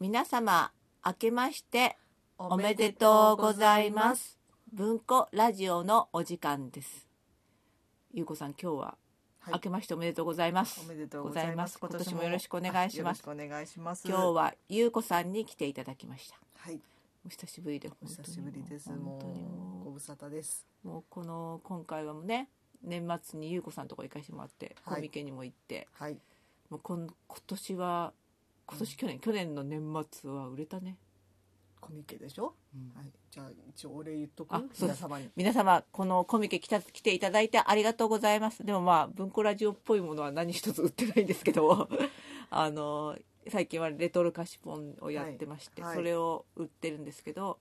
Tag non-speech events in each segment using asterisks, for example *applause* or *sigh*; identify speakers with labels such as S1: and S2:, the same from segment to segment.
S1: 皆様、明けましておめでとうございま。す。文庫ラジオのお時間です。ゆうこさん、今日は、
S2: はい
S1: 明けましておめでとうございます。
S2: おめでとうございます。
S1: ございます今年もよろしくお願いします
S2: あよろしくお願いします。
S1: 今日はゆうこさんに来ていただきました。
S2: はい、
S1: お久しぶりで、
S2: お久しぶりです。
S1: 本
S2: も
S1: 当にも
S2: う
S1: う
S2: ご無沙汰です。
S1: もうこの今回はもうね年末に優子さんとこ行かせてもらって
S2: はい
S1: コミケにも行って、
S2: はい、
S1: もうこん今年は今年去年、去年の年末は売れたね、
S2: コミケでしょ。はい、じゃあ一応お礼言っとく
S1: あそうで
S2: 皆
S1: す
S2: 様に。
S1: 皆様このコミケ来た来ていただいてありがとうございますでもまあ文庫ラジオっぽいものは何一つ売ってないんですけど *laughs* あの最近はレトロ菓子ポンをやってまして、
S2: はいはい
S1: それを売ってるんですけど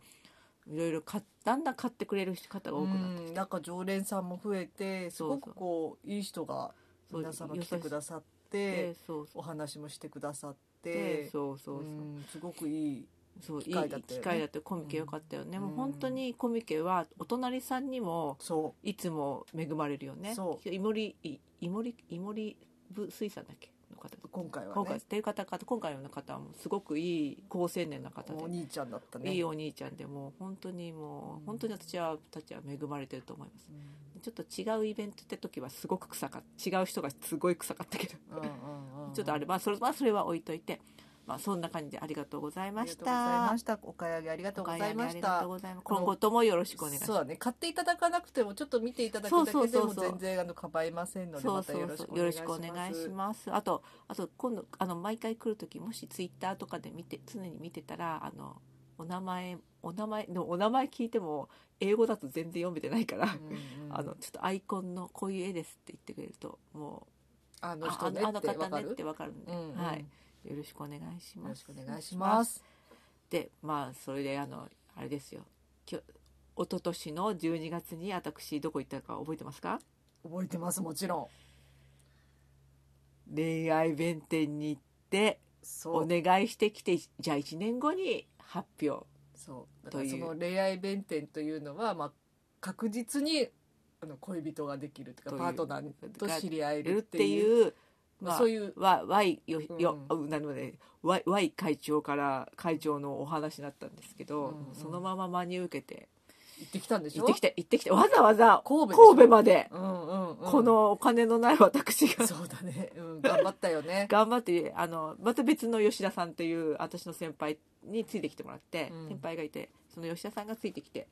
S1: いろいろ買っだんだん買ってくれる方が多くなって
S2: うんなんか常連さんも増えてすご
S1: そうそ
S2: く
S1: う
S2: こういい人が
S1: そう
S2: 皆様来てくださって
S1: でそうそ
S2: お話もしてくださっ
S1: う
S2: て
S1: そうそうそう、
S2: うんすごくいい
S1: そう
S2: 機会だっ
S1: いい
S2: たよね
S1: 機会だったよコミケよかったよね、
S2: うん
S1: もう本当にコミケはお隣さんにも
S2: そ
S1: いつも恵まれるよね
S2: そう
S1: イモリイイモリイモリ部水産だっけの方
S2: う今回は
S1: 今回
S2: ね
S1: っていう方か今回の方もすごくいい高青年の方
S2: お
S1: で、
S2: 兄ちゃんだったね
S1: いいお兄ちゃんでもう本当にも
S2: う
S1: うん本当に私はたちは恵まれてると思います
S2: うん
S1: ちょっと違うイベントって時はすごく臭かった違う人がすごい臭かったけど
S2: うんうんうん
S1: ちょっとあれまあそれ,、まあ、それは置いといて、まあ、そんな感じでありがとうござい
S2: あ
S1: ま
S2: りが
S1: し
S2: とうござい
S1: た
S2: ま。した。お買い上げありがとうございま
S1: あり
S2: し
S1: が
S2: た
S1: とう。ございます。今後ともよろしくお願いし
S2: そう
S1: ます。
S2: だね。買っていただかなくても、ちょっと見ていただくだ
S1: そう
S2: け
S1: そ
S2: で
S1: うそ
S2: も
S1: うそう
S2: 全然あの構いませんので、
S1: そう
S2: また
S1: そ
S2: よ
S1: う
S2: ろし
S1: そ
S2: く
S1: う。よろしくお
S2: お
S1: 願
S2: 願い
S1: いし
S2: しま
S1: ます。あと、あと今度、あの、毎回来るとき、もしツイッターとかで見て、常に見てたら、あの、お名前、お名前、でもお名前聞いても、英語だと全然読めてないから、
S2: す。うんうん
S1: あの、ちょっとアイコンのこういう絵ですって言ってくれると、も
S2: あ
S1: う、
S2: の
S1: あ
S2: 人ね
S1: あの
S2: ってわ
S1: 方
S2: か
S1: ねっ
S2: る。
S1: てわかるんで、
S2: うんうん
S1: はい。よろしくお願いし
S2: よ
S1: ま
S2: ろ
S1: す
S2: し。くお願いしま。す。
S1: でまあそれであのあれですよきょ一昨年の12月に私どこ行ったか覚えてますか
S2: 覚えてます。もちろん。
S1: 恋愛弁天に行って
S2: そ
S1: お
S2: う。
S1: 願いしてきてじゃあ1年後に発表
S2: そう。だ
S1: と
S2: か
S1: いう
S2: らその恋愛弁天というのは、まあ確実にあの恋人ができると
S1: とい
S2: い
S1: うう
S2: かパートナーと知り合える
S1: る
S2: っ
S1: ってて
S2: いう。
S1: いう
S2: ま
S1: ま
S2: あ
S1: あ
S2: そういう。
S1: わ Y よ
S2: うん
S1: よ、うなので Y, Y 会長から会長のお話だったんですけど、
S2: うんうん
S1: そのまま真に受けて
S2: 行ってきたんでし
S1: 行
S2: ょ
S1: ってきて行ってきてわざわざ
S2: 神戸でしょ
S1: 神戸まで、
S2: うんうんうん。
S1: こ。のお金のない私が
S2: そうだね。うん。頑張ったよね。
S1: 頑張ってあのまた別の吉田さんという私の先輩についてきてもらって、
S2: うん
S1: 先輩がいてその吉田さんがついてきて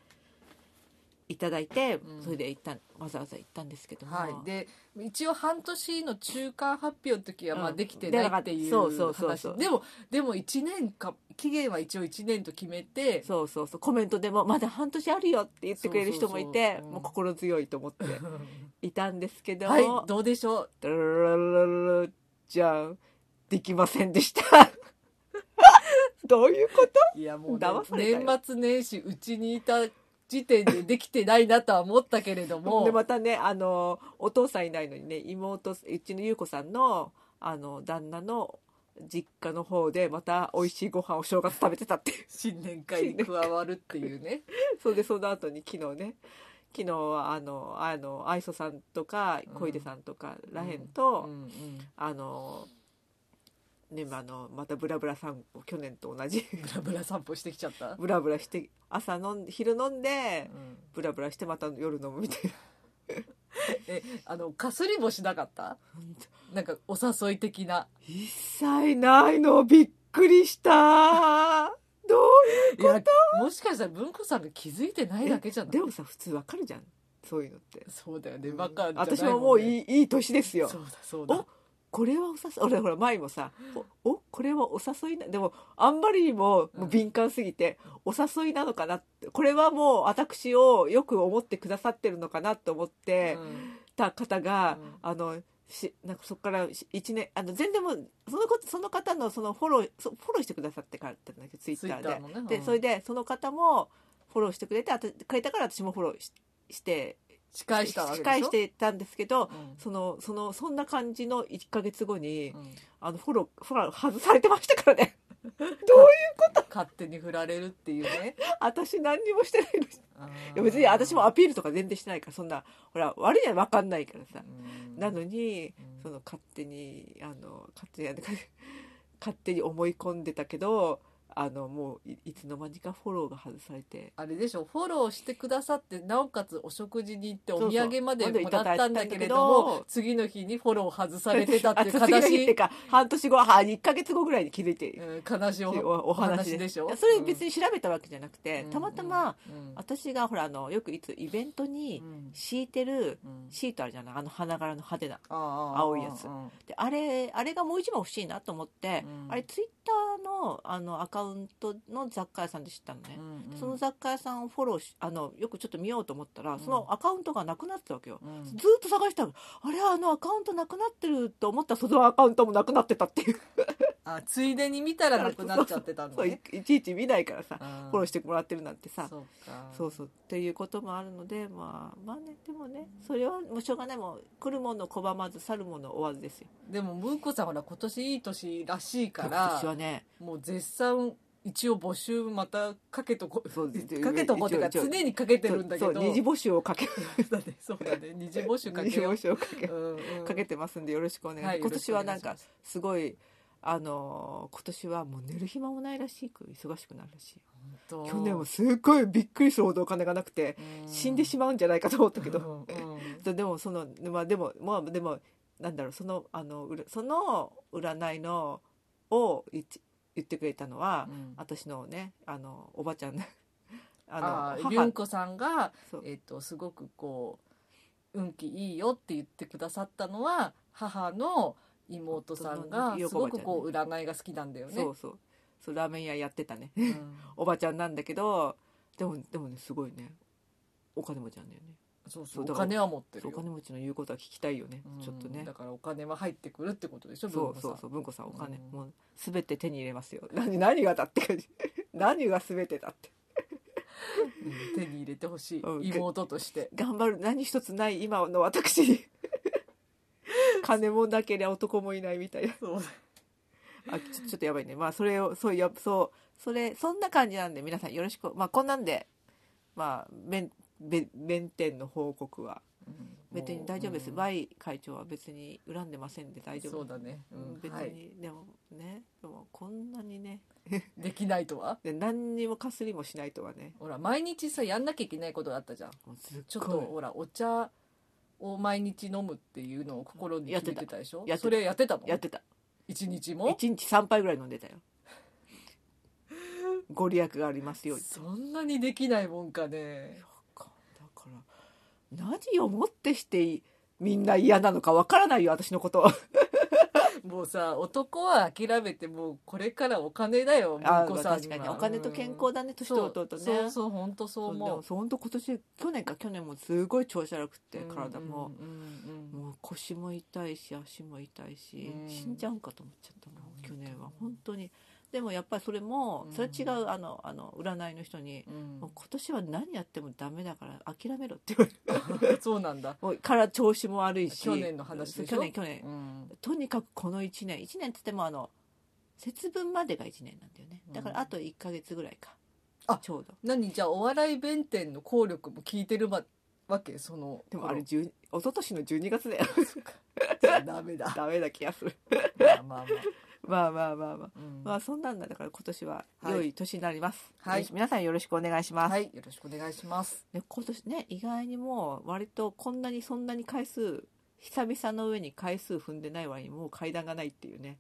S1: いただいて、
S2: うん
S1: それで行ったわざわざ行ったんですけども、
S2: はい、で一応半年の中間発表の時はまあ
S1: うん
S2: できてないっていう
S1: だからそ
S2: 話、
S1: うそうそうそう
S2: でもでも1年か期限は一応1年と決めて
S1: そうそうそうコメントでも「まだ半年あるよ」って言ってくれる人もいて
S2: そうそうそううん
S1: もう心強いと思っていたんですけども、
S2: はいどうでしょう
S1: ダラララララじゃんできませんでしたどういうこと
S2: いやもう、
S1: 騙されたよ
S2: 年末年始うちにいた時点でできてないなとは思ったけれども
S1: でまたねあのお父さんいないのにね妹うちの優子さんのあの旦那の実家の方でまた美味しいご飯を正月食べてたっていう
S2: 新年会に加わるっていうね
S1: それでその後に昨日ね昨日はあのあの愛想さんとか
S2: うん
S1: 小出さんとか
S2: うん
S1: らへん
S2: う
S1: と、
S2: んうん
S1: あのねあのまたブラブラさんを去年と同じ
S2: ブラブラ散歩してきちゃった、
S1: ブラブラして朝飲ん昼飲ん
S2: う
S1: で
S2: ん
S1: ブラブラしてまた夜飲むみたいな *laughs*
S2: えあのかすりもしなかったなんかお誘い的な
S1: 一切ないのびっくりしたどう *laughs*
S2: いやもしかしたら文子さんが気づいてないだけじゃない
S1: でもさ普通わかるじゃんそういうのって、
S2: そうだよね、バカじゃないんね
S1: 私ももう
S2: い
S1: いいいい年ですよ
S2: そうだそうだ
S1: おこれはお誘い俺 *laughs* ほら前もさおおこれはお誘いなでもあんまりにももう敏感すぎて、お誘いなのかなってこれはもう私をよく思ってくださってるのかなと思って
S2: うん
S1: た方が、
S2: うん
S1: あのしなんかそこからし一年あの全然もうそのことその方のそのフォローそフォローしてくださってからだったんだけどツイッターで
S2: Twitter のねう
S1: で
S2: ん
S1: それでその方もフォローしてくれてあたくれたから私もフォローしして
S2: 仕返したわけでしょ
S1: 返してたんですけど
S2: うん
S1: そのそのそんな感じの1か月後に、
S2: うん
S1: あのフォローフォロー外されてましたからね *laughs*
S2: 勝手に振られるっていう
S1: *laughs*
S2: ね私
S1: 私何にもしてないのにい
S2: い
S1: や別に私もアピールとか全然してないからそんなほら悪いや分かんないからさ、なのに
S2: うん
S1: *laughs* その勝手にあの勝手に勝手に思い込んでたけどあのもういいつの間にかフォローが外されて
S2: あれでしょフォローしてくださってなおかつお食事に行ってお土産まで
S1: そうそう
S2: もらったんだけれど
S1: まだいただいたんだけ
S2: も
S1: ど
S2: 次の日にフォロー外されてたっていう
S1: あ次の日ってい
S2: 悲
S1: うか半年後あ1か月後ぐらいに気づいてる
S2: しいうん悲しいお
S1: おお話
S2: お話
S1: で
S2: でしょ
S1: いやそれ別に調べたわけじゃなくて、
S2: うん
S1: たまたま、
S2: うん
S1: 私がほらあのよくいつイベントに
S2: うん
S1: 敷いてる
S2: うん
S1: シートあるじゃないあの花柄の派手な
S2: ああああ
S1: 青いやつ
S2: うん
S1: であれあれがもう一枚欲しいなと思って、
S2: うん
S1: あれツイッターのあのアカウントの雑貨屋さんで知ったのね、
S2: うん
S1: その雑貨屋さんをフォローしあのよくちょっと見ようと思ったら、
S2: ん
S1: そのアカウントがなくなってたわけよ、
S2: うん
S1: ずーっと探したのあれあのアカウントなくなってると思ったらそのアカウントもなくなってたっていう
S2: あついでに見たらなくなっちゃってたの
S1: そうい
S2: ね
S1: いちいち見ないからさ、
S2: フ
S1: フォローしてもらってるなんてさ
S2: そうか
S1: そうそうっていうこともあるのでまあまあねでもねそれはもうしょうがないもう来るもの拒まず去るもの追わずですよ
S2: でもムーコさんほら今年いい年らしいか
S1: 私は
S2: ら
S1: ね
S2: もう絶賛一応募集またかけとこ
S1: そうです
S2: かけとこうっていうか
S1: 一応
S2: 常にかけてるんだけど
S1: そう二次募集をかけ
S2: だね *laughs* そうだね二次募集か
S1: 二
S2: け
S1: 次
S2: よ
S1: 募
S2: う
S1: 集をかけ
S2: うんうん
S1: かけてますんでよろしくお願いします、
S2: はい
S1: 今年はなん
S2: よ
S1: か
S2: ろしく
S1: すごいあのー今年はもう寝る暇もないらしく忙しくなるらしいよ
S2: お願いします
S1: 去年はすっごいびっくりするほどお金がなくて死んでしまうんじゃないかと思ったけど、
S2: うんうん
S1: そうでもそのまあでもまあでもなんだろうそのあのうらその占いのを言って言ってくれたのは、
S2: うん
S1: 私のね *laughs* あのおばちゃん *laughs* ねあの
S2: ああ
S1: 母
S2: りゅんこさんが
S1: そう
S2: えっとすごくこう運気いいよって言ってくださったのは母の妹さん
S1: 妹
S2: が
S1: の
S2: す
S1: ひよこお
S2: ご
S1: ばちゃんね
S2: くこう占いが好きなんだよね
S1: そうそうそうラーメン屋やってたね *laughs*
S2: うん
S1: おばちゃんなんだけどでもでもねすごいねお金持ちなんだよね
S2: そうそ
S1: そう
S2: う
S1: だ
S2: お
S1: から
S2: 金は持ってる
S1: お
S2: よ
S1: 金持ちの言うことは聞きたいよね、
S2: うん
S1: ちょっとね
S2: だからお金は入ってくるってことでしょ
S1: そう
S2: 文庫
S1: そ
S2: さん
S1: うそう文子さんお金、
S2: うん
S1: もう全て手に入れますよ何何がだって感じ *laughs* 何が全てだって
S2: うん手に入れてほしい
S1: うん
S2: 妹として
S1: 頑張る何一つない今の私 *laughs* に金もなけりゃ男もいないみたいな
S2: そう
S1: あちょちょっとやばいねまあそれをそうやそうそれそんな感じなんで皆さんよろしくまあこんなんでまあ弁弁弁天の報告は
S2: うん
S1: 別に大丈夫です、
S2: うん
S1: バイ会長は別に恨んでませんで大丈夫
S2: そうだねう
S1: うん
S2: ん
S1: 別に、
S2: はい
S1: でもねでもこんなにね
S2: できないとは
S1: で何にもかすりもしないとはね
S2: ほら毎日さやんなきゃいけないことがあったじゃん
S1: もうすっ
S2: ちょっと
S1: ご
S2: ほらお茶を毎日飲むっていうのを心に決めてたでしょ
S1: やってた
S2: それやってたの
S1: いやってた
S2: 一日も
S1: 1日3杯ぐらい飲んでたよご利益がありますように
S2: そんなにできないもんかね
S1: だから何をもってしていみんな嫌なのかわからないよ私のこと
S2: もうさ男は諦めてもうこれからお金だよ
S1: あ
S2: 文子さんに
S1: 確か
S2: は
S1: にお金と健康だね年
S2: そ
S1: を
S2: う
S1: 取るとね
S2: そうそう本当そ
S1: そう
S2: う
S1: で
S2: 思う
S1: も本当今年去年か去年もすごい調子悪くて体も、
S2: うんうんうん
S1: もう腰も痛いし足も痛いし、
S2: うん
S1: 死んじゃうんかと思っちゃったもん去年は
S2: うん
S1: 本当にでもやっぱりそれも
S2: うん
S1: それ違うあのあの占いの人に、
S2: うん
S1: もう今年は何やってもダメだから諦めろって言われる
S2: *laughs* そうなんだ
S1: もうから調子も悪いし
S2: 去年の話でしょ
S1: 去年去年、
S2: うん
S1: とにかくこの1年1年っつってもあの節分までが1年なんだよねだか
S2: うん
S1: らあと1か月ぐらいか、
S2: あ
S1: ちょうど
S2: 何じゃあお笑い弁天の効力も効いてるわわけその
S1: でもあれ10一昨年の12月だ *laughs* よ
S2: ダメだ
S1: ダメな気がする
S2: *laughs* まあま
S1: まあ
S2: あまあ
S1: まあまあまあ
S2: うん
S1: まあそんなんだだから今年は
S2: はい
S1: 良い年になります、
S2: はい
S1: よし皆さんよろしくお願いします、
S2: はい、よろしくお願いします。
S1: ね、今年ね意外にもう割とこんなにそんなに回数久々の上に回数踏んでない割にもう階段がないっていう
S2: *laughs*
S1: ね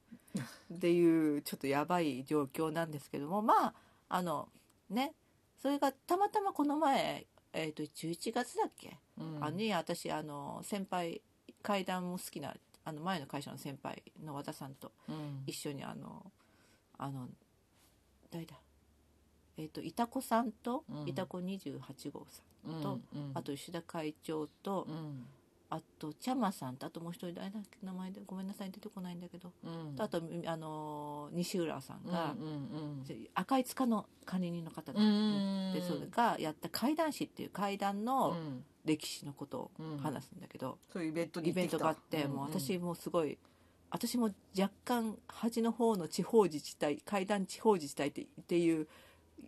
S1: っていうちょっとやばい状況なんですけどもまああのねそれがたまたまこの前、えー、と11月だっけ、あに私あの先輩階段も好きなあの前の会社の先輩の和田さんと
S2: うん
S1: 一緒にあのあの誰だえっ、といたこさんと、
S2: うん
S1: いたこ28号さ
S2: うん
S1: と
S2: うん
S1: んあと吉田会長と、
S2: うん
S1: あとちゃまさんとあともう一人誰だっけ名前でごめんなさい出てこないんだけど、
S2: うん
S1: とあとあのー西浦さん
S2: うん
S1: が、
S2: うん
S1: 赤い塚の管理人の方だ、
S2: うんうん
S1: でそれがやった怪談師っていう怪談
S2: う
S1: の
S2: ん
S1: 歴史のこと
S2: う
S1: を
S2: ん
S1: 話すんだけど、
S2: そういうイベントに
S1: イ
S2: 行
S1: ベ
S2: て
S1: ン
S2: きた
S1: トがあって、もう私もすごい私も若干端の方の地方自治体階段地方自治体ってっていう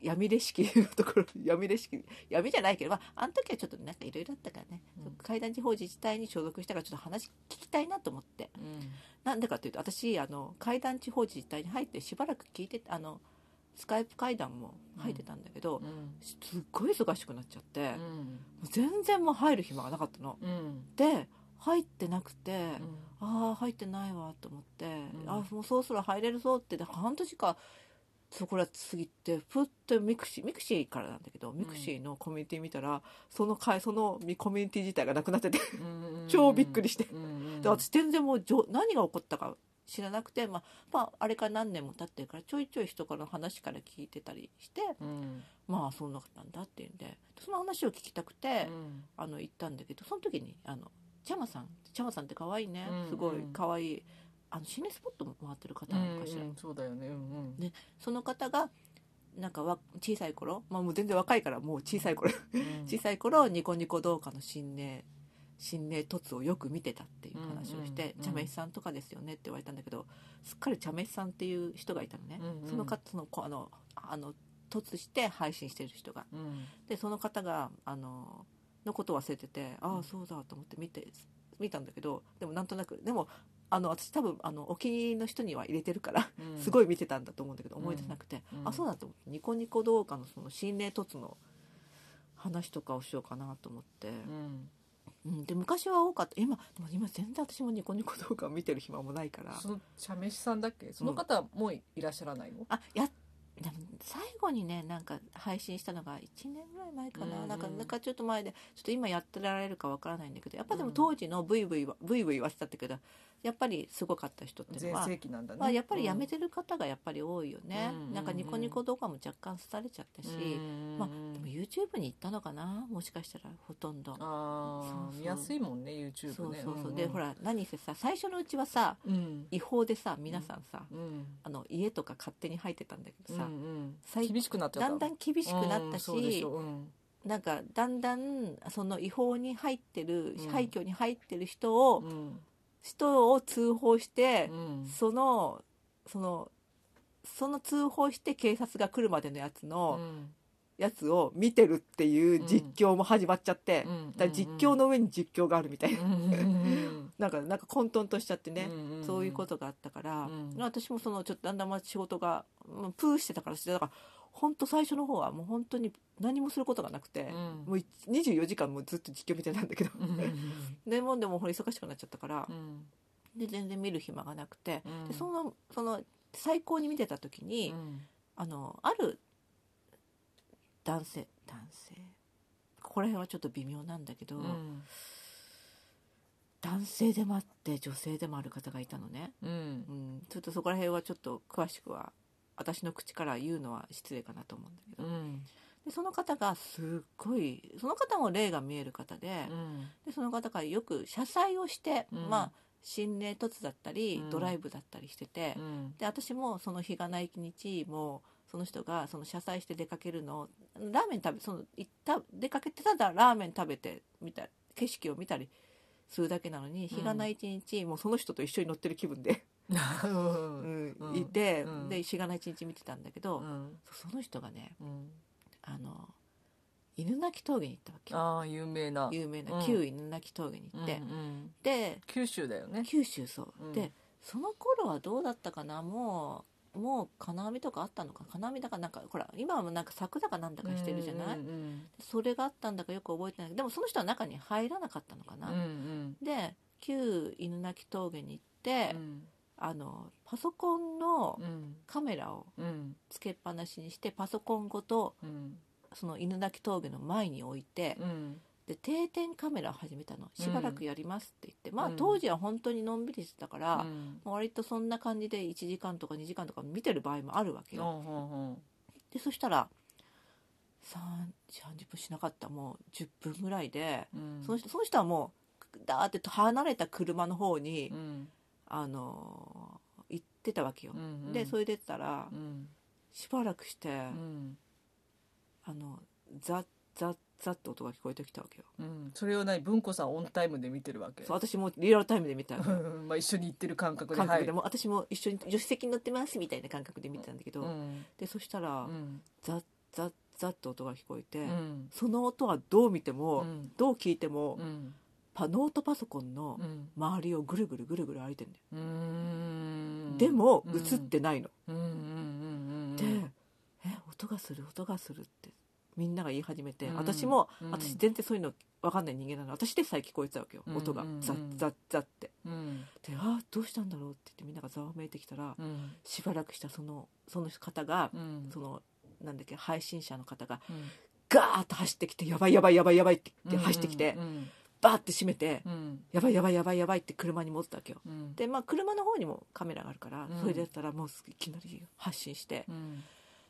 S1: 闇レシキのところ *laughs* 闇レシキ闇じゃないけど、まあ、あの時はちょっとなんかいろいろあったからね、
S2: うん
S1: 階段地方自治体に所属したからちょっと話聞きたいなと思って
S2: うん
S1: なんでかというと私あの階段地方自治体に入ってしばらく聞いてあのスカイプ会談も入ってたんだけど、
S2: うん
S1: すっごい忙しくなっちゃって、
S2: う
S1: も
S2: ん
S1: う全然もう入る暇がなかったの。
S2: うん
S1: で入ってなくて、
S2: うん
S1: ああ入ってないわと思って、
S2: ん
S1: ああもうそろそろ入れるぞってで半年かそこら過ぎてふっとミクシーミクシーからなんだけどミクシーのコミュニティ見たら、その会そのコミュニティ自体がなくなってて
S2: うん
S1: 超びっくりして
S2: うんうん
S1: で私全然もうじょ何が起こったか知らなくて、まあ、まああれから何年も経ってるからちょいちょい人からの話から聞いてたりして
S2: うん
S1: まあそんなことなんだっていうんでその話を聞きたくて、
S2: うん
S1: あの行ったんだけどその時にあのチャマさんチャマさんって可愛いね
S2: うん
S1: すごい
S2: うん
S1: 可愛いあの心霊スポットも回ってる方
S2: う
S1: なの
S2: ん
S1: かしら、
S2: うんそうだよねうんうん
S1: ねその方がなんかわ小さい頃、まあ、もう全然若いからもう小さい頃
S2: うん
S1: 小さい頃ニコニコ動画の心霊心霊凸をよく見てたっていう話をして
S2: うんうんうん
S1: 「茶飯さんとかですよね」って言われたんだけどすっかり茶飯さんっていう人がいたのね、
S2: うんうん
S1: その方そのこあのあの凸して配信してる人が
S2: うん
S1: でその方があののことを忘れててあ
S2: う
S1: あ
S2: ん
S1: そうだと思って見て見たんだけどでもなんとなくでもあの私多分あのお気に入りの人には入れてるから、
S2: うん
S1: すごい見てたんだと思うんだけど思い出せなくて、
S2: うん
S1: あそうだと思ってニコニコ動画のその心霊凸の話とかをしようかなと思って、
S2: うん
S1: うん、で昔は多かった今でも今全然私もニコニコ動画を見てる暇もないから
S2: その茶飯さんだっけその方はもういらっしゃらないの
S1: あやでも最後にねなんか配信したのが1年ぐらい前かな、
S2: うんうん
S1: なんかなんかちょっと前でちょっと今やってられるかわからないんだけどやっぱでも
S2: うん
S1: 当時のブイブイはブイブイはしてたってけどやっぱりすごかった人っていう
S2: 全
S1: のは、
S2: 盛期なんだね
S1: まあ、やっぱりやめてる方がやっぱり多いよね、
S2: うん
S1: なんかニコニコ動画も若干廃れちゃったし、
S2: うん
S1: まあでも YouTube に行ったのかなもしかしたらほとんど。
S2: あ
S1: そう
S2: ー
S1: そう
S2: 見やすいもんね
S1: そ
S2: YouTube
S1: う
S2: ね
S1: そうそう、
S2: んん
S1: でほら何せさ最初のうちはさ
S2: うん
S1: 違法でさ皆さんさ、
S2: うん
S1: あの家とか勝手に入ってたんだけど
S2: うん
S1: さ、
S2: うん
S1: 最近
S2: 厳しくなっちゃった
S1: だんだん厳しくなったし、
S2: うんそうでしょうん
S1: なんかだんだんその違法に入ってる、
S2: うん
S1: 廃墟に入ってる人を、
S2: うん
S1: 人を通報して
S2: う、ん
S1: そのそのその通報して警察が来るまでのやつ
S2: う
S1: の、
S2: ん
S1: やつを見てるっていう実況も始まっちゃって、
S2: うん
S1: だから実況の上に実況があるみたいな、
S2: うんうん
S1: なんかなんか混沌としちゃってね、
S2: んん
S1: そういうことがあったから、
S2: うん
S1: 私もそのちょっとだんだんまあ仕事がまあプーしてたからしてだから本当最初の方はもう本当に何もすることがなくて、
S2: うん
S1: もうい24時間もうずっと実況見てたんだけど、
S2: うん
S1: *laughs* でもでもほら忙しくなっちゃったから
S2: う、ん
S1: で全然見る暇がなくて、
S2: うん
S1: でそのその最高に見てた時に、
S2: うん
S1: あのある男性男性ここら辺はちょっと微妙なんだけど、
S2: うん
S1: 男性でもあって女性でもある方がいたのね。
S2: うん
S1: うん、ちょっとそこら辺はちょっと詳しくは私の口から言うのは失礼かなと思うんだけど、
S2: うん
S1: でその方がすっごいその方も霊が見える方で,、
S2: うん
S1: でその方がよく謝罪をして、
S2: うん
S1: まあ心霊凸だったり、
S2: うん
S1: ドライブだったりしてて、
S2: うん
S1: で私もその日がない日もその人がその謝罪して出かけるのをラーメン食べその行った出かけてただラーメン食べてみた景色を見たりするだけなのに日がない一日、もうその人と一緒に乗ってる気分で。
S2: う
S1: うんん、いて、
S2: うん
S1: でしがない一日見てたんだけど、
S2: うん
S1: そその人がね
S2: うん
S1: あの犬鳴峠に行ったわけよ
S2: ああ有名な
S1: 有名
S2: う
S1: なん旧犬鳴峠に行って、
S2: うんうん
S1: で
S2: 九州だよね
S1: 九州そう、
S2: うん
S1: でその頃はどうだったかなもうもう金網とかあったのか金網だかなんかほら今はもうなんか柵だかなんだかしてるじゃない、
S2: うんうん
S1: それがあったんだかよく覚えてないけどでもその人は中に入らなかったのか
S2: う
S1: な、
S2: ん
S1: で旧犬鳴峠に行って、
S2: うん
S1: あのパソコンの
S2: うん
S1: カメラを
S2: うん
S1: つけっぱなしにしてパソコンごと
S2: うん
S1: その犬鳴峠の前に置いて、
S2: うん
S1: で定点カメラを始めたのしばらくやりますって言って、まあ
S2: うん
S1: 当時は本当にのんびりしてたから、
S2: う
S1: も
S2: ん
S1: う割とそんな感じで1時間とか2時間とか見てる場合もあるわけ
S2: ほ
S1: よ、
S2: んほんほん
S1: でそしたら3 30分しなかったもう10分ぐらいで、
S2: うん
S1: その人その人はもうダーって離れた車の方に、
S2: うん
S1: あのー行ってたわけよ
S2: う、ん
S1: でそれでたら、
S2: うん
S1: しばらくして、
S2: うん
S1: あのザッザッザッって音が聞こえてきたわけよ
S2: うんそれを何文庫さんオンタイムで見てるわけ
S1: そう私もリアルタイムで
S2: *laughs*
S1: 見たの
S2: うんまあ一緒に行ってる感覚で
S1: 感覚で
S2: も
S1: もう私も一緒に助手席に乗ってますみたいな感覚で見てたんだけど、
S2: うん
S1: でそしたら、
S2: うん
S1: ザッザッザッって音が聞こえて、
S2: うん
S1: その音はどう見て
S2: う
S1: も、
S2: ん
S1: どう聞いても、
S2: うん
S1: パノートパソコンの
S2: うん
S1: 周りをぐるぐるぐるぐる歩いてるんだよ、
S2: うん
S1: でも
S2: うん
S1: 映ってないの、
S2: うんうんうんうん
S1: で音がする音がするってみんなが言い始めて、
S2: うん
S1: 私も、
S2: うん
S1: 私全然そういうの分かんない人間なの私でさえ聞こえてたわけよ、
S2: うん
S1: 音が
S2: うん
S1: ザッザッザッって
S2: うん
S1: であーどうしたんだろうって言ってみんながざわめいてきたら、
S2: うん
S1: しばらくしたそのその方が、
S2: うん
S1: そのなんだっけ配信者の方が
S2: うん
S1: ガーッと走ってきてやばいやばいやばいやばいって言
S2: う
S1: っ
S2: ん
S1: て走ってきて、
S2: うん
S1: バーって閉めて、
S2: うん
S1: やばいやばいやばいやばいって車に戻ったわけよ
S2: うん
S1: でまあ車の方にもカメラがあるから、
S2: うん
S1: それでやったらもういきなり発信して、
S2: うん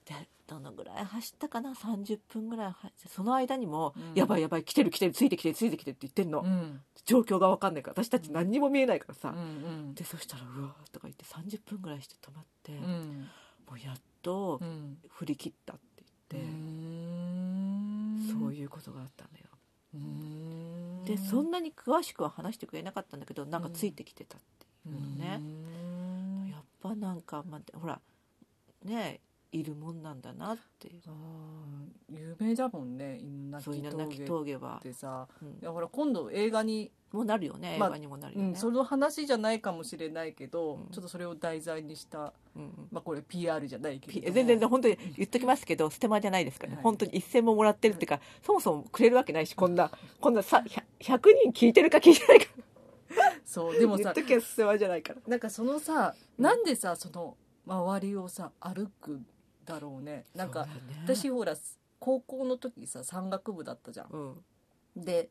S1: でどのぐらい走ったかな30分ぐらい走ってその間にも、
S2: うん
S1: やばいやばい来てる来てるついてきてるついてきてるって言ってんの、
S2: うん
S1: 状況が分かんないから私たち何にも見えないからさ、
S2: うん
S1: でそしたら「うわ」とか言って30分ぐらいして止まって、
S2: う
S1: も
S2: ん
S1: うやっと
S2: うん
S1: 振り切ったって
S2: うー
S1: 言って、
S2: ん
S1: そういうことがあったのよ、
S2: うーん
S1: でそんなに詳しくは話してくれなかったんだけどなんかついてきてたっていうのね、
S2: ね
S1: やっぱなんか、まあ、ほらねいるもんなんだなっていう
S2: 有名だもんね犬鳴
S1: そうい
S2: き
S1: うの泣き
S2: 峠っ
S1: 峠は、
S2: てさ
S1: うん
S2: いやほら今度映画に、
S1: もうなるよね映
S2: まあ
S1: 画にもなる
S2: う
S1: よね、
S2: ん、その話じゃないかもしれないけど、
S1: うん
S2: ちょっとそれを題材にした、
S1: うんうん
S2: まあ、これ PR じゃないけ
S1: ピ
S2: れども
S1: 全然本当に言っときますけどステマじゃないですからね、
S2: はい
S1: 本当に一銭ももらってるっていうかそもそもくれるわけないしこんなこんなさひゃ 100, 人聞いてるか聞いてないか
S2: そうでも
S1: 言
S2: さ
S1: っときゃステマじゃないから
S2: なんかそのさなんでさその周りをさ歩くんだろうねなんか、私ほら高校の時さ山岳部だったじゃん
S1: うん
S2: で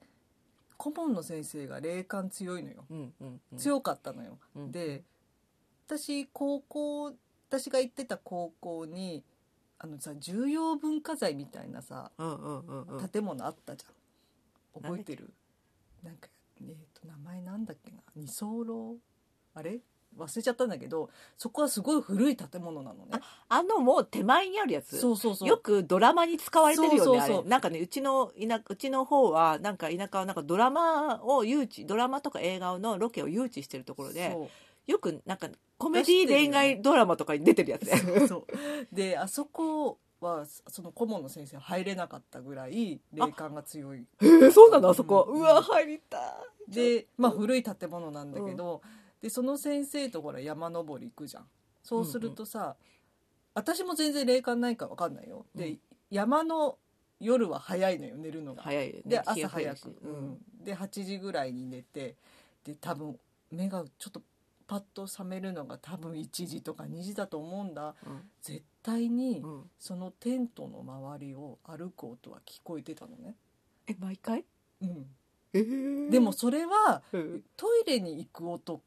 S2: 顧問の先生が霊感強いのよ
S1: うんうんうん
S2: 強かったのよ、
S1: うん
S2: で私高校私が行ってた高校にあのさ重要文化財みたいなさ
S1: うんうんうんうん
S2: 建物あったじゃん
S1: なん
S2: 覚
S1: だ
S2: え
S1: っけ
S2: てるなんかえっ、と名前なんだっけな二層楼あれ忘れちゃったんだけどそこはすごい古い建物なのね
S1: あのもう手前にあるやつ
S2: そうそうそう
S1: よくドラマに使われてるよね
S2: そうそうそう
S1: あれなんかねうちの田うちの方はなんか田舎はなんかドラマを誘致ドラマとか映画のロケを誘致してるところで
S2: そう
S1: よくなんかコメディ
S2: 出してるよ
S1: 恋
S2: ね
S1: 愛ドラマとかに出てるやつね
S2: そうそうであそこはその顧問の先生入れなかったぐらい霊感が強い
S1: えー、そうなのあそこ、う
S2: うん
S1: わ入りたい
S2: でまあ古い建物なんだけど、でその先生とほら山登り行くじゃんそうするとさ、私も全然霊感ないから分かんないよで、
S1: うん
S2: 山の夜は早いのよ寝るのが、
S1: 早いよね
S2: で
S1: 気
S2: 朝
S1: が増え
S2: 早
S1: るし
S2: く、
S1: う
S2: うん
S1: ん
S2: で8時ぐらいに寝てで多分目がちょっとパッと覚めるのが多分1時とか2時だと思うんだ
S1: うん
S2: 絶対に、
S1: うん
S2: そのテントの周りを歩く音は聞こえてたのね、
S1: え毎回、
S2: うん、
S1: えー
S2: でも、それは
S1: うん
S2: トイレに行く音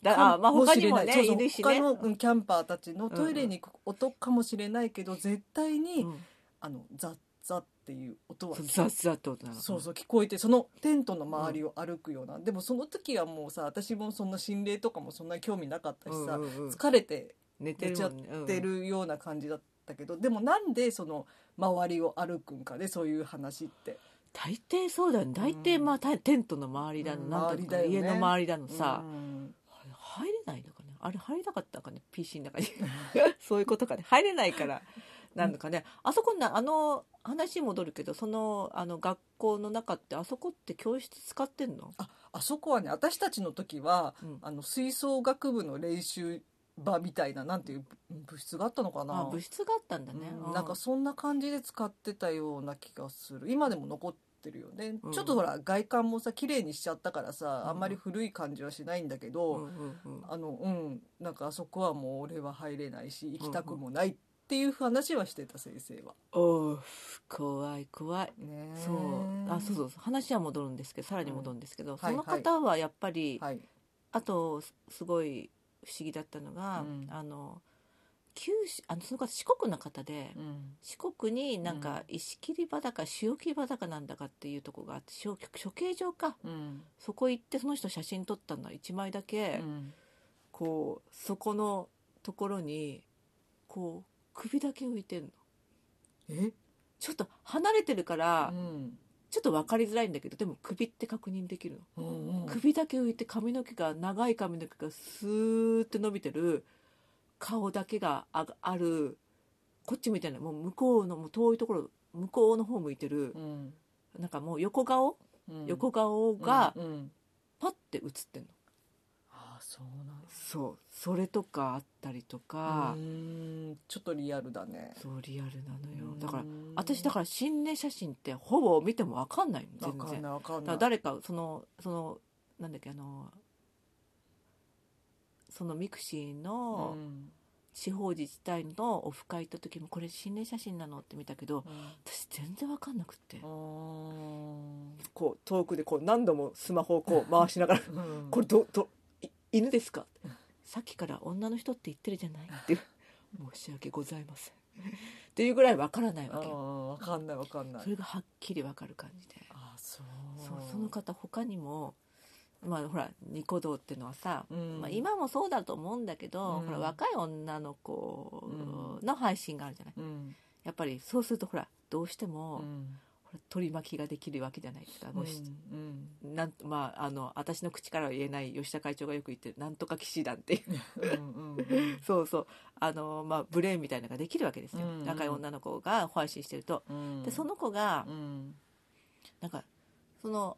S1: だあまあ他にもね
S2: そうそう
S1: いるしね
S2: 他のうんキャンパーたちのトイレに行く音かもしれないけど、絶対に、
S1: うん
S2: あのザッザッっていう音は
S1: そうザッザッとなの
S2: そうそう聞こえてそのテントの周りを歩くような、でもその時はもうさ私もそんな心霊とかもそんなに興味なかったしさ、
S1: うんうんうん
S2: 疲れて
S1: 寝てるもんね
S2: やってるような感じだったけど、でもなんでその周りを歩くんかねそういう話って。
S1: 大抵そうだよね大抵まあたテントの周りだの、
S2: うん
S1: なんと
S2: 周り
S1: か
S2: だよね
S1: 家の周りだのさ、
S2: うん
S1: 入れないのかねあれ入れなかったのかね PC の中にそういうことかね入れないからなんのかね、あそこなあの話戻るけどそのあの学校の中ってあそこって教室使ってんの
S2: ああそこはね私たちの時は、
S1: うん
S2: あの吹奏楽部の練習場みたいななんていううん部室があったのかな
S1: あ部室があったんだね、
S2: うんなんかそんな感じで使ってたような気がする今でも残ってるよね、
S1: うん
S2: ちょっとほら外観もさ綺麗にしちゃったからさ、
S1: うん
S2: あんまり古い感じはしないんだけ
S1: う
S2: ど、
S1: んうんうん
S2: あのうんなんかあそこはもう俺は入れないし行きたくもないっていう話はしてた先生は。
S1: おう怖い怖い
S2: ねえ
S1: そうあそうそう話は戻るんですけどさらに戻るんですけど、
S2: ん
S1: その
S2: はいはい
S1: 方はやっぱり、
S2: はい、
S1: あとすすごい不思議だったのが、
S2: うん
S1: あの九州あのその方四国の方で、
S2: うん
S1: 四国になん
S2: うん
S1: か石切り場だか塩切り場だかなんだかっていうとこがあって処処刑場か
S2: うん
S1: そこ行ってその人写真撮ったのは1枚だ
S2: う
S1: け、
S2: ん
S1: こうそこのところにこう首だけ浮いてんの
S2: え、
S1: ちょっと離れてるから、
S2: うん
S1: ちょっと分かりづらいんだけどでも首って確認できるの。
S2: うんうん
S1: 首だけ浮いて髪の毛が長い髪の毛がスーって伸びてる顔だけがああるこっちみたいなもう向こうのもう遠いところ向こうの方向いてる
S2: うん
S1: なんかもう横顔
S2: うん
S1: 横顔が
S2: うんうん
S1: パッて映ってんの、
S2: あそそうなん
S1: そうそれとかあったりとか、
S2: うーんちょっとリアルだね
S1: そうリアルなの
S2: う
S1: よ
S2: ん
S1: だから私だから心霊写真ってほぼ見ても分かんないもん全
S2: わかん
S1: 然
S2: ないわかん
S1: だ
S2: な
S1: から誰
S2: い
S1: かそのそのなんだっけあのそのミクシー
S2: う
S1: の
S2: ん
S1: 地方自治体のオフ会行った時もこれ心霊写真なのって見たけど
S2: うん
S1: 私全然分かんなくって
S2: あ
S1: こう遠くでこう何度もスマホをこう回しながら
S2: ーうん
S1: これどどい犬ですかさっきから女の人って言ってるじゃないっていう申し訳ございませんっていうぐらい分からない
S2: あ
S1: わけよ
S2: ーわかんないわかんない
S1: それがはっきり分かる感じで
S2: あそう
S1: そうその方他にもまあほらニコ動ってのはさ、
S2: うん
S1: まあ、今もそうだと思うんだけど、
S2: うん
S1: ほら若い女の子の配信があるじゃない、
S2: うん
S1: やっぱりそうするとほらどうして
S2: う
S1: も、
S2: ん
S1: ほら取り巻きができるわけじゃないですか、もうし
S2: うん
S1: なんまああの私の口からは言えない吉田会長がよく言ってるなんとか騎士団っていう
S2: うんうんうん
S1: そうそうあのまあ無礼みたいなのができるわけですよ、
S2: うんうん
S1: 若い女の子が配信してると、
S2: うん
S1: でその子が、
S2: うん
S1: なんかその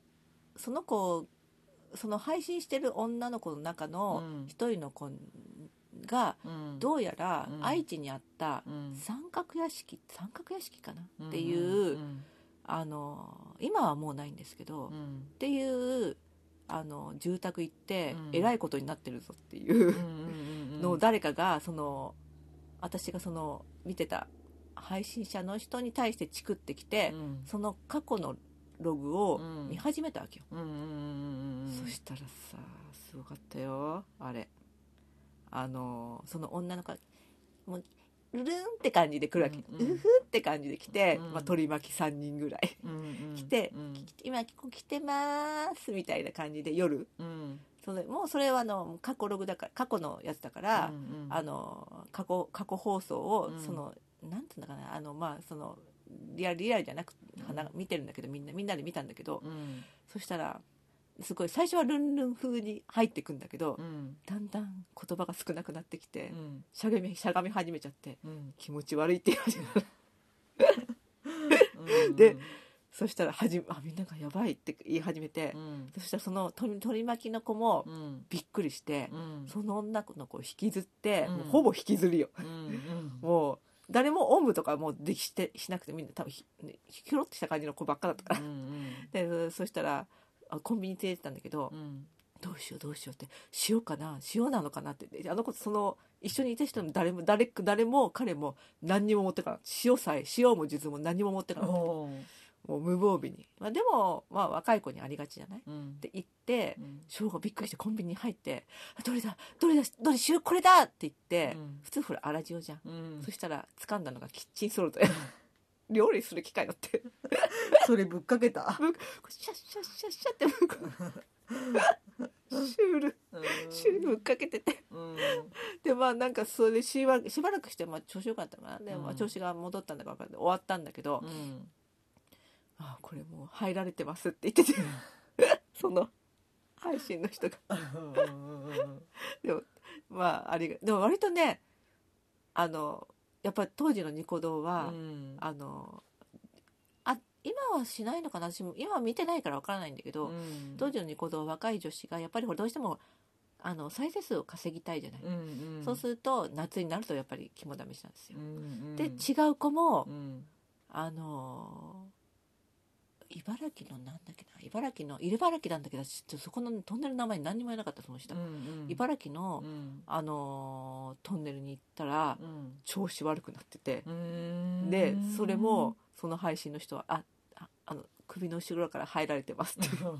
S1: その子その配信してる女の子の中の
S2: うん
S1: 一人の子が
S2: うん
S1: どうやら
S2: うん
S1: 愛知にあった
S2: うん
S1: 三角屋敷三角屋敷かなって
S2: う
S1: いうんあの今はもうないんですけど
S2: う
S1: っ
S2: ん
S1: ていうあの住宅行って
S2: うん
S1: えらいことになってるぞっていう
S2: うんうんうん
S1: のを誰かがその私がその見てた配信者の人に対してチクってきて
S2: うん
S1: その過去のログを
S2: うん
S1: 見始めたわけよ
S2: うんうんうんうんうん
S1: そしたらさすごかったよあれあのその女の子がもううるんって感じで来るわけ、う
S2: うんうん
S1: ふって感じで来て、
S2: うん
S1: まあ、取り巻き3人ぐらい
S2: うんうん
S1: 来て
S2: うん
S1: 「今ここ来てます」みたいな感じで夜
S2: うん
S1: そのもうそれはあの過去ログだから過去のやつだから
S2: う、んうん
S1: あの過去過去放送を
S2: うん
S1: その、なんていうのかなあのまあそのリアルリアルじゃなく
S2: うん
S1: なんか見てるんだけどみんなみんなで見たんだけど、
S2: うん
S1: そしたらすごい最初はルンルン風に入ってくんだけど、
S2: うん
S1: だんだん言葉が少なくなってきて、
S2: うん
S1: しゃがみしゃがみ始めちゃって
S2: うん
S1: 気持ち悪いって言われて
S2: うん
S1: でそしたらはじあみんながやばいって言い始めて、
S2: うん
S1: そしたらその取り取り巻きの子も
S2: うん
S1: びっくりして
S2: う、ん
S1: その女の子を引きずって、
S2: うん
S1: もうほぼ引きずるよ
S2: うんうん
S1: もう誰もおんぶとかもうできしてしなくてみんな多分ひひょろってした感じの子ばっかだったから、でそしたらあコンビニ連れてたんだけど、
S2: うん
S1: どうしようどうしようって塩かな塩なのかなってであの子その一緒にいた人の誰も誰誰も彼も何にも持ってかな塩さえ塩も術も何も持ってかなも
S2: おー
S1: う無防備に、まあ、でも、まあ、若い子にありがちじゃないっ
S2: うん
S1: て言って
S2: うん
S1: 塩がびっくりしてコンビニに入って「あどれだどれだどれ塩これだ!」って言って、
S2: うん
S1: 普通ほら粗塩じゃん、
S2: うん
S1: そしたら掴んだのがキッチンソルトや料理する機械だって
S2: それぶっかけた
S1: シャッシャッシャッシャッって向こうシュールシュールぶっかけてて
S2: うん
S1: でまあなんかそれでしばらくしばらくして、まあ、調子よかったかなで、
S2: うん
S1: まあ、調子が戻ったんだか分かんない終わったんだけど、
S2: うん
S1: ああこれもう入られてますって言ってて *laughs* その配信の人がでもまあありがでも割とねあのやっぱり当時のニコ動は、
S2: うん
S1: あのあ今はしないのかな私も今は見てないから分からないんだけど、
S2: うん
S1: 当時のニコ動は若い女子がやっぱりほらどうしてもあの再生数を稼ぎたいじゃない、
S2: うんうん
S1: そうすると夏になるとやっぱり肝試しなんですよ
S2: うんうん
S1: で違う子も、
S2: うん
S1: あのー茨城のなんだっけな茨城の茨城なんだけどちょっとそこのトンネルの名前に何にも言えなかったその人、
S2: うんうん
S1: 茨城の、
S2: うん
S1: あのートンネルに行ったら
S2: うん
S1: 調子悪くなってて
S2: う、ん
S1: でそれ
S2: *laughs*
S1: もその配信の人は「あああの首の後ろから入られてます」っていうだか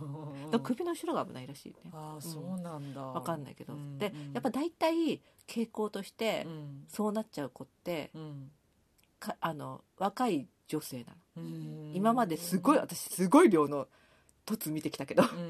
S1: ら首の後ろが危ないらしいね
S2: ああそうなんだ
S1: わかんないけど、
S2: うん
S1: で
S2: うん
S1: やっぱ大体傾向として、
S2: うん
S1: そうなっちゃう子って
S2: うん
S1: かあの若い女性なの。
S2: うん
S1: 今まですごい私すごい量の凸見てきたけど
S2: うんう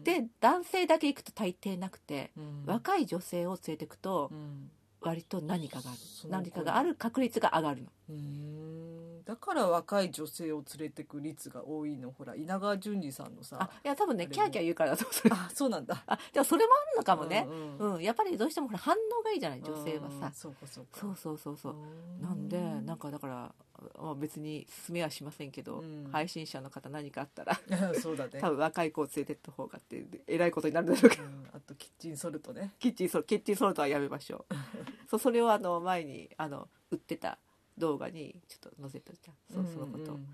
S2: ん
S1: で男性だけ行くと大抵なくて
S2: うん
S1: 若い女性を連れてくと
S2: うん
S1: 割と何かがある
S2: そう
S1: 何かがある確率が上がるの
S2: うーんだから若い女性を連れてく率が多いのほら稲川淳二さんの
S1: あ
S2: さ
S1: いや多分ね
S2: あれ
S1: キャーキャー言うからだと思う
S2: あそうなんだ
S1: *laughs* あでもそれもあるのかもね
S2: う、ん
S1: う
S2: うん
S1: んやっぱりどうしてもほら反応がいいじゃない女性は
S2: う
S1: さ
S2: ん、そうかそうか
S1: そうそうそうそう
S2: う
S1: なんでなん
S2: か
S1: かだからあ別に勧めはしませんけど、
S2: うん
S1: 配信者の方何かあったら
S2: *laughs* そうだね
S1: 多分若い子を連れてった方がってえらいことになるだ
S2: *laughs*
S1: ろうけど
S2: うんあとキッチンソルトね
S1: キッチンソルキッチンソルトはやめまし
S2: *laughs*
S1: ょうそうそれをあの前にあの売ってた動画にちょっと載せといたそうそのこと、
S2: うん
S1: っ
S2: うん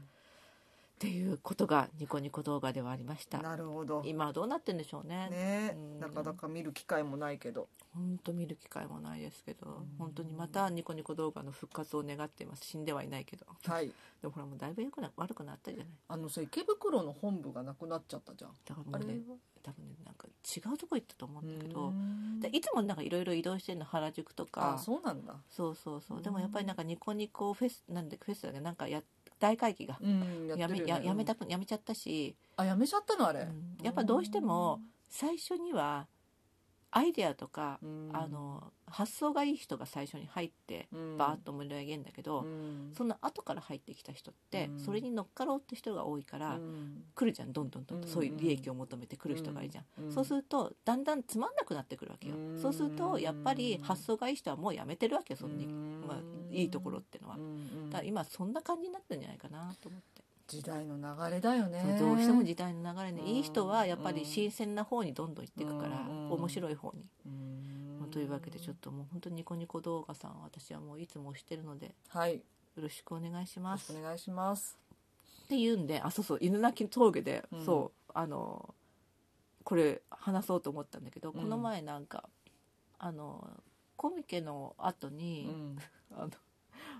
S1: ていうことがニコニコ動画ではありました
S2: なるほど
S1: 今はどうなってんでしょうね
S2: ね
S1: うん
S2: なかなか見る機会もないけど
S1: 本当見る機会もないですけど、
S2: ん
S1: 本当にまたニコニコ動画の復活を願っています死んではいないけど
S2: はい
S1: でもほらもうだいぶ良くな悪くなったじゃない
S2: あのさ池袋の本部がなくなっちゃったじゃん
S1: だからも
S2: あれ
S1: う
S2: は
S1: ね多分ねなんか違うとこ行ったと思うんだけ
S2: う
S1: ど
S2: ん
S1: でいつもなんかいろいろ移動してるの原宿とか
S2: あそうなんだ
S1: そうそうそううんでもやっぱりなんかニコニコフェスなんでフェスだねなんかや大会議が
S2: うん
S1: や
S2: って
S1: め
S2: る
S1: や
S2: よね
S1: やめたくやめちゃったし
S2: あやめちゃったのあれ、
S1: うんやっぱどうしても最初にはアイデアとか
S2: うん
S1: あの発想がいい人が最初に入って
S2: うん
S1: バーッと盛り上げるんだけど
S2: うん
S1: その後から入ってきた人って
S2: うん
S1: それに乗っかろうって人が多いか
S2: う
S1: ら
S2: ん
S1: 来るじゃんどんどんどんどん
S2: うん
S1: そういう利益を求めて来る人がいるじゃん
S2: うん
S1: そうするとだんだんつまんなくなってくるわけよ
S2: うん
S1: そうするとやっぱり発想がいい人はもうやめてるわけよそのに
S2: うん
S1: まあ、いいところってのは、
S2: うんうん
S1: だから今そんな感じになってるんじゃないかなと思って、
S2: 時代の流れだよね
S1: どうしても時代の流れで、
S2: うん
S1: いい人はやっぱ
S2: う
S1: り
S2: ん
S1: 新鮮な方にどんどん行っていくから、
S2: うん
S1: 面白い方に、
S2: うん
S1: まあというわけでちょっともう本当にニコニコ動画さん私はもういつも推してるのでよ
S2: はいよ
S1: ろしくお願いし
S2: ろ
S1: ま
S2: し
S1: す
S2: く
S1: っ
S2: お願いします
S1: ていうんであそうそう犬鳴峠で、
S2: うん
S1: そうあのこれ話そうと思ったんだけど、
S2: うん
S1: この前なんかあのコミケの後
S2: う
S1: に、
S2: ん
S1: あの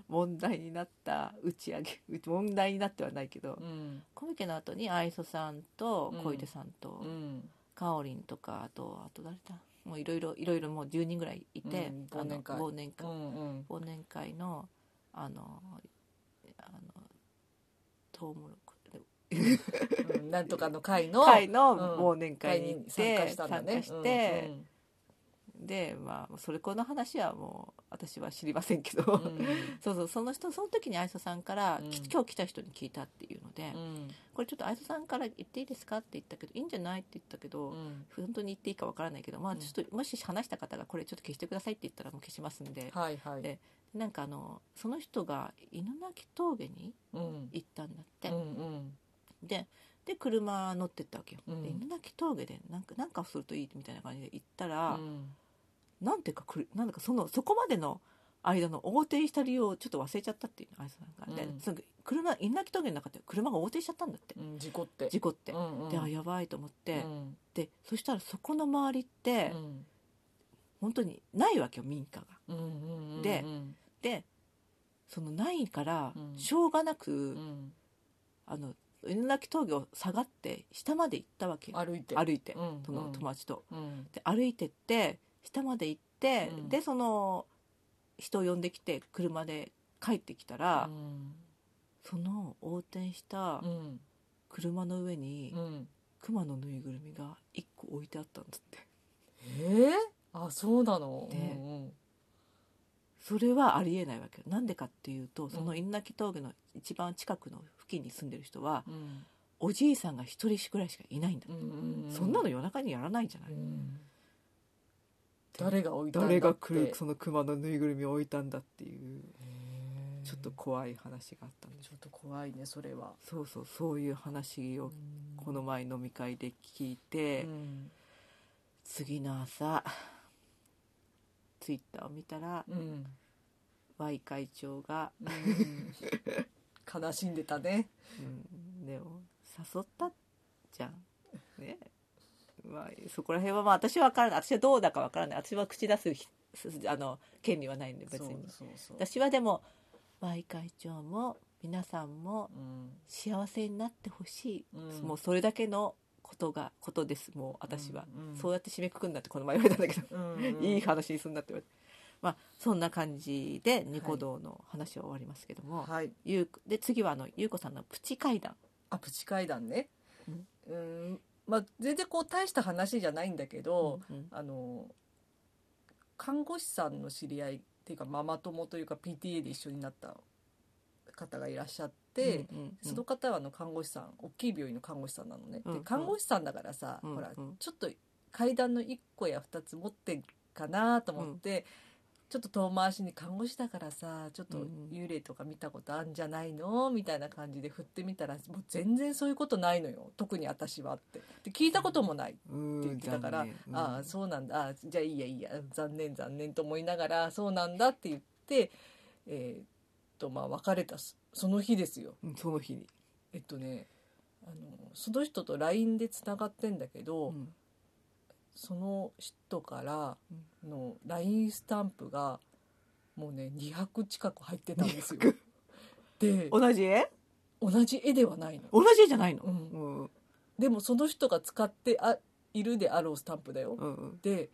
S1: 問題になった打ち上げう問題になってはないけど、
S2: うん
S1: コミケの後に愛想さんと
S2: うん
S1: 小出さんと
S2: うん
S1: かおりんとかあとあと誰だもういろいろいろいろもう10人ぐらいいて、
S2: うん
S1: あの
S2: 忘年会
S1: 忘年
S2: う
S1: 会
S2: んうん
S1: 忘年会のあのあのトウモロコ
S2: うんなんとかの会の
S1: 会
S2: うん
S1: の忘年会
S2: 会
S1: に行っ
S2: に参
S1: て、
S2: 加したんだ
S1: 参
S2: ね
S1: 加して
S2: うんうん
S1: でまあそれこの話はもう私は知りませんけど、
S2: うん
S1: *laughs* そうそうその人その時に愛想さんから、
S2: うん
S1: き今日来た人に聞いたっていうので、
S2: うん
S1: これちょっと愛想さんから言っていいですかって言ったけどいいんじゃないって言ったけど、
S2: うん
S1: 本当に言っていいかわからないけど、ま
S2: う
S1: あ、
S2: ん
S1: ちょっともし話した方がこれちょっと消してくださいって言ったらもう消しますんで、
S2: はいはい
S1: でなんかあのその人が犬鳴峠に
S2: うん
S1: 行ったんだって、
S2: うんうん
S1: でで車乗ってったわけよ、
S2: うん
S1: で犬鳴峠でなんかなんかするといいみたいな感じで行った
S2: う
S1: ら、
S2: ん
S1: なんていうかくるなんだかそのそこまでの間の横転した理由をちょっと忘れちゃったっていうのあいつなんかで、
S2: うん
S1: その車犬鳴峠の中で車が横転しちゃったんだって
S2: うん事故って
S1: 事故って、
S2: うんうん
S1: であやばいと思って、
S2: うん
S1: でそしたらそこの周りって、
S2: うん
S1: 本当にないわけよ民家が。
S2: うんうんうん
S1: で
S2: うん
S1: でそのないから
S2: うん
S1: しょうがなく、
S2: うん
S1: あの犬鳴峠を下がって下まで行ったわけよ
S2: 歩いて
S1: 歩いて、
S2: うん
S1: その
S2: うん
S1: 友達と。
S2: うん
S1: で歩いてって下まで行って、
S2: うん
S1: でその人を呼んできて車で帰ってきたら、その横転した
S2: うん
S1: 車の上に、
S2: うん
S1: 熊のぬいぐるみが1個置いてあったんだって
S2: ええあそうなの
S1: で
S2: うん
S1: それはありえないわけよなんでかっていうと
S2: ん
S1: その犬鳴峠の一番近くの付近に住んでる人は、
S2: うん
S1: おじいさんが一人ぐらいしかいないんだって、
S2: うんうんうん
S1: そんなの夜中にやらないじゃない、
S2: うん誰が置いたんだって
S1: 誰が来るその熊のぬいぐるみを置いたんだっていう
S2: へえ
S1: ちょっと怖い話があったんです
S2: ちょっと怖いねそれは
S1: そうそうそういう話をこの前飲み会で聞いて、
S2: うん
S1: 次の朝ツイッターを見たら
S2: うん
S1: Y 会長が、
S2: うん悲しんでたね
S1: うん、でも誘ったじゃんねまあそこら辺はまあ私は分からない私はどうだか分からない私は口出すひすあの権利はないんで別
S2: そう
S1: に
S2: そうそう
S1: 私はでも Y 会長も皆さんも
S2: うん
S1: 幸せになってほしい、
S2: うん
S1: もうそれだけのことがことですもう私は、
S2: うんうん
S1: そうやって締めくくんだってこの前言われたんだけど、
S2: うんうん
S1: いい話にすんなって言われてまあそんな感じでニコ動の話は終わりますけども、
S2: はい
S1: ゆうで次はあのゆうこさんのプチ会談
S2: あプチ階段ね
S1: うん
S2: うんまあ全然こう大した話じゃないんだけど
S1: うんうん
S2: あの看護師さんの知り合いっていうかママ友というか PTA で一緒になった方がいらっしゃって、
S1: うんうんうん
S2: その方はあの看護師さん大きい病院の看護師さんなのね、
S1: うんう
S2: で
S1: ん
S2: 看護師さんだからさ、
S1: うんうん
S2: ほらちょっと階段の1個や2つ持ってるかなと思って、ちょっと遠回しに看護師だからさちょっと
S1: うんうん
S2: 幽霊とか見たことあんじゃないのみたいな感じで振ってみたらもう全然そういうことないのよ特に私はってで聞いたこともないって
S1: うん
S2: 言ってたから、
S1: 残念
S2: ああ
S1: うん
S2: そうなんだああじゃあいいやいいや残念残念と思いながらそうなんだって言ってえーっとまあ別れたそその日ですよ
S1: うんその日に、
S2: えっとねあのその人と LINE でつながってんだけど、
S1: うん
S2: その人からの LINE スタンプがもうね200近く入ってたんですよ。
S1: *laughs*
S2: で
S1: 同じ絵
S2: 同じ絵ではないの。
S1: 同じ絵じゃないの、
S2: うん
S1: うん
S2: でもその人が使ってあいるであろうスタンプだよ。
S1: うんうん
S2: で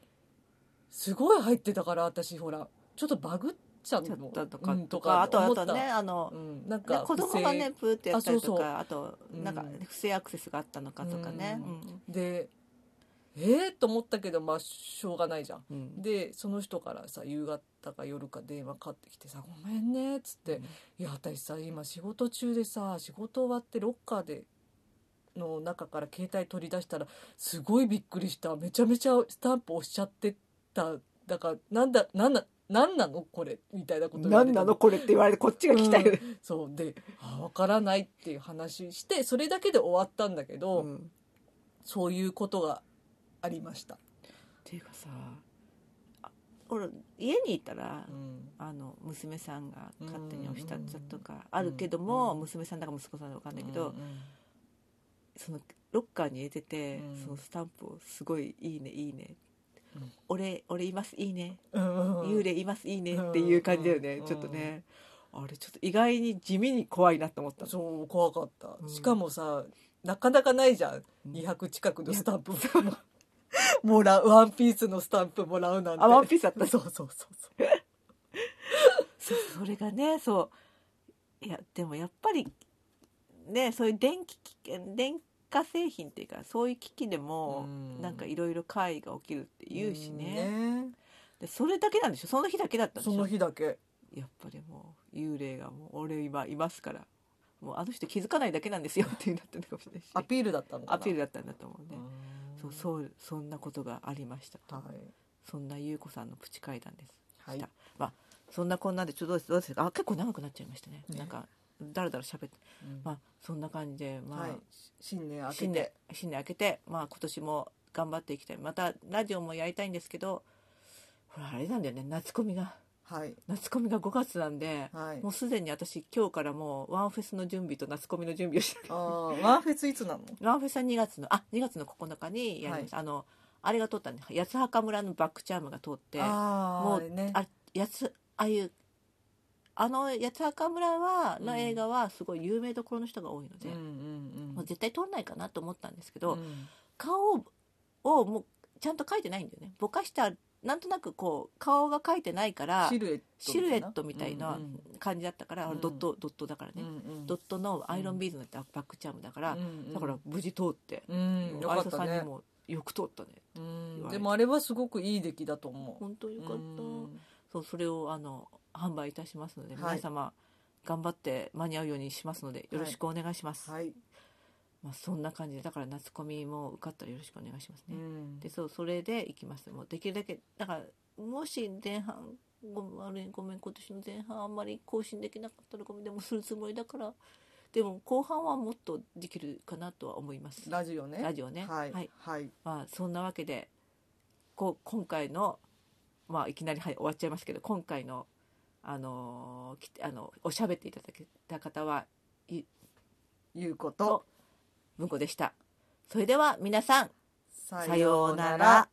S2: すごい入ってたから私ほらちょっとバグっちゃう
S1: ちょ
S2: の
S1: っととか,、
S2: うん
S1: とかあと
S2: 思
S1: あ
S2: った
S1: とねあの
S2: う、ん、なん
S1: ね
S2: か
S1: 子供がねプーってやったりとかあと
S2: うん
S1: なんか不正アクセスがあったのかとかね、
S2: う
S1: うんん
S2: 不正でえー、と思ったけどまあしょうがないじゃん。
S1: うん
S2: でその人からさ夕方か夜か電話かかってきてさ「ごめんね」っつって「いや私さ今仕事中でさ仕事終わってロッカーでの中から携帯取り出したらすごいびっくりしためちゃめちゃスタンプ押しちゃってただからなんだなんだなんなのこれ」みたいなこと言われ
S1: 何
S2: て
S1: なのこれって言われてこっちが来たよね、
S2: そうで「あ分からない」っていう話してそれだけで終わったんだけど、
S1: うんっ
S2: そういうことがありました。
S1: ていうかさあ俺家にいたら、
S2: うん
S1: あの娘さんが勝手に押したっちゃとか
S2: ん
S1: あるけども、
S2: うん
S1: 娘さんだか息子さんだか分かんないけど、
S2: うんうん
S1: そのロッカーに入れてて、
S2: うん
S1: そのスタンプをすごい「いいねいいね」
S2: うん
S1: 俺俺いますいいね」
S2: 幽
S1: 幽霊いますいいね」っていう感じだよね、
S2: うん
S1: ちょっとねあれちょっと意外に地味に怖いなと思ったの
S2: そう怖かった、
S1: うん
S2: しかもさなかなかないじゃん
S1: うん
S2: 200近くのスタンプも *laughs* もらうワンピースのスタンプもらうなんて
S1: あワンピースだった
S2: *laughs* そうそうそうそう
S1: そうそれがねそういやでもやっぱりねそういう電気機器電化製品っていうかそういう機器でも、
S2: うん
S1: なんかいろいろ怪異が起きるって言うしね,、
S2: うんね
S1: でそれだけなんでしょその日だけだったんでし
S2: そ
S1: ょ
S2: の日だけ
S1: やっぱりもう幽霊がもう俺今いますからもうあの人気づかないだけなんですよっていうなってるかもしれないし
S2: アピールだったのかな
S1: アピールだったんだと思うね
S2: うん
S1: そうそうそんなことがありましたと、
S2: はい
S1: そんな優子さんのプチ会談です、
S2: はい
S1: したまあそんなこんなでちょっとどうですどうですかあ結構長くなっちゃいましたね
S2: ね
S1: なんかだらだら喋って
S2: うん
S1: まあそんな感じでまあ、
S2: はい新年明けて
S1: 新年新年明けてまあ今年も頑張っていきたいまたラジオもやりたいんですけどほらあれなんだよね夏コミが
S2: はい
S1: 夏コミが5月なんで、
S2: はい
S1: もうすでに私今日からもうワンフェスの準備と夏コミの準備をして
S2: あーワンフェスいつなの
S1: ワンフェスは2月のあ2月の9日にやりました、あのあれが通ったんで八幡村のバックチャームが通ってあ
S2: あ
S1: もう
S2: ーあれね
S1: あやつああいうあの八幡村はの映画はすごい有名どころの人が多いの
S2: う
S1: で、
S2: んうんう
S1: も
S2: ん
S1: う絶対通んないかなと思ったんですけど、
S2: うん
S1: 顔ををもうちゃんと描いてないんだよねぼかしたなんとなくこう顔が描いてないから
S2: シルエット
S1: シルエットみたいな
S2: うんうん
S1: 感じだったから、
S2: うん
S1: ドットドットだからね、
S2: うんうん
S1: ドットのアイロンビーズのバックチャームだから、
S2: うんうん
S1: だから無事通って、
S2: うんよ
S1: あい
S2: かっ
S1: さ
S2: た
S1: さん
S2: ね
S1: にも「よく通ったね
S2: うん
S1: 言われて
S2: でもあれはすごくいい出来だと思う。
S1: 本当よかった」
S2: うん
S1: そうそれをあの販売いたしますので、
S2: はい
S1: 皆様頑張って間に合うようにしますのでよろしくお願いします、
S2: はい。
S1: まあ、そんな感じでだから夏コミも受かったらよろしくお願いします
S2: う
S1: ね、
S2: ん
S1: でそうそれで行きますもうできるだけだからもし前半ごめんごめん今年の前半あんまり更新できなかったらごめんでもするつもりだからでも後半はもっとできるかなとは思います
S2: ラジオね。
S1: ラジオね
S2: はい
S1: はい。
S2: はい。
S1: まあそんなわけでこう今回のまあいきなり、はい、終わっちゃいますけど今回のあのーきあのおしゃべっていただけた方は
S2: いうこと
S1: と。文子でしたそれでは皆さん
S2: さ
S1: さようなら。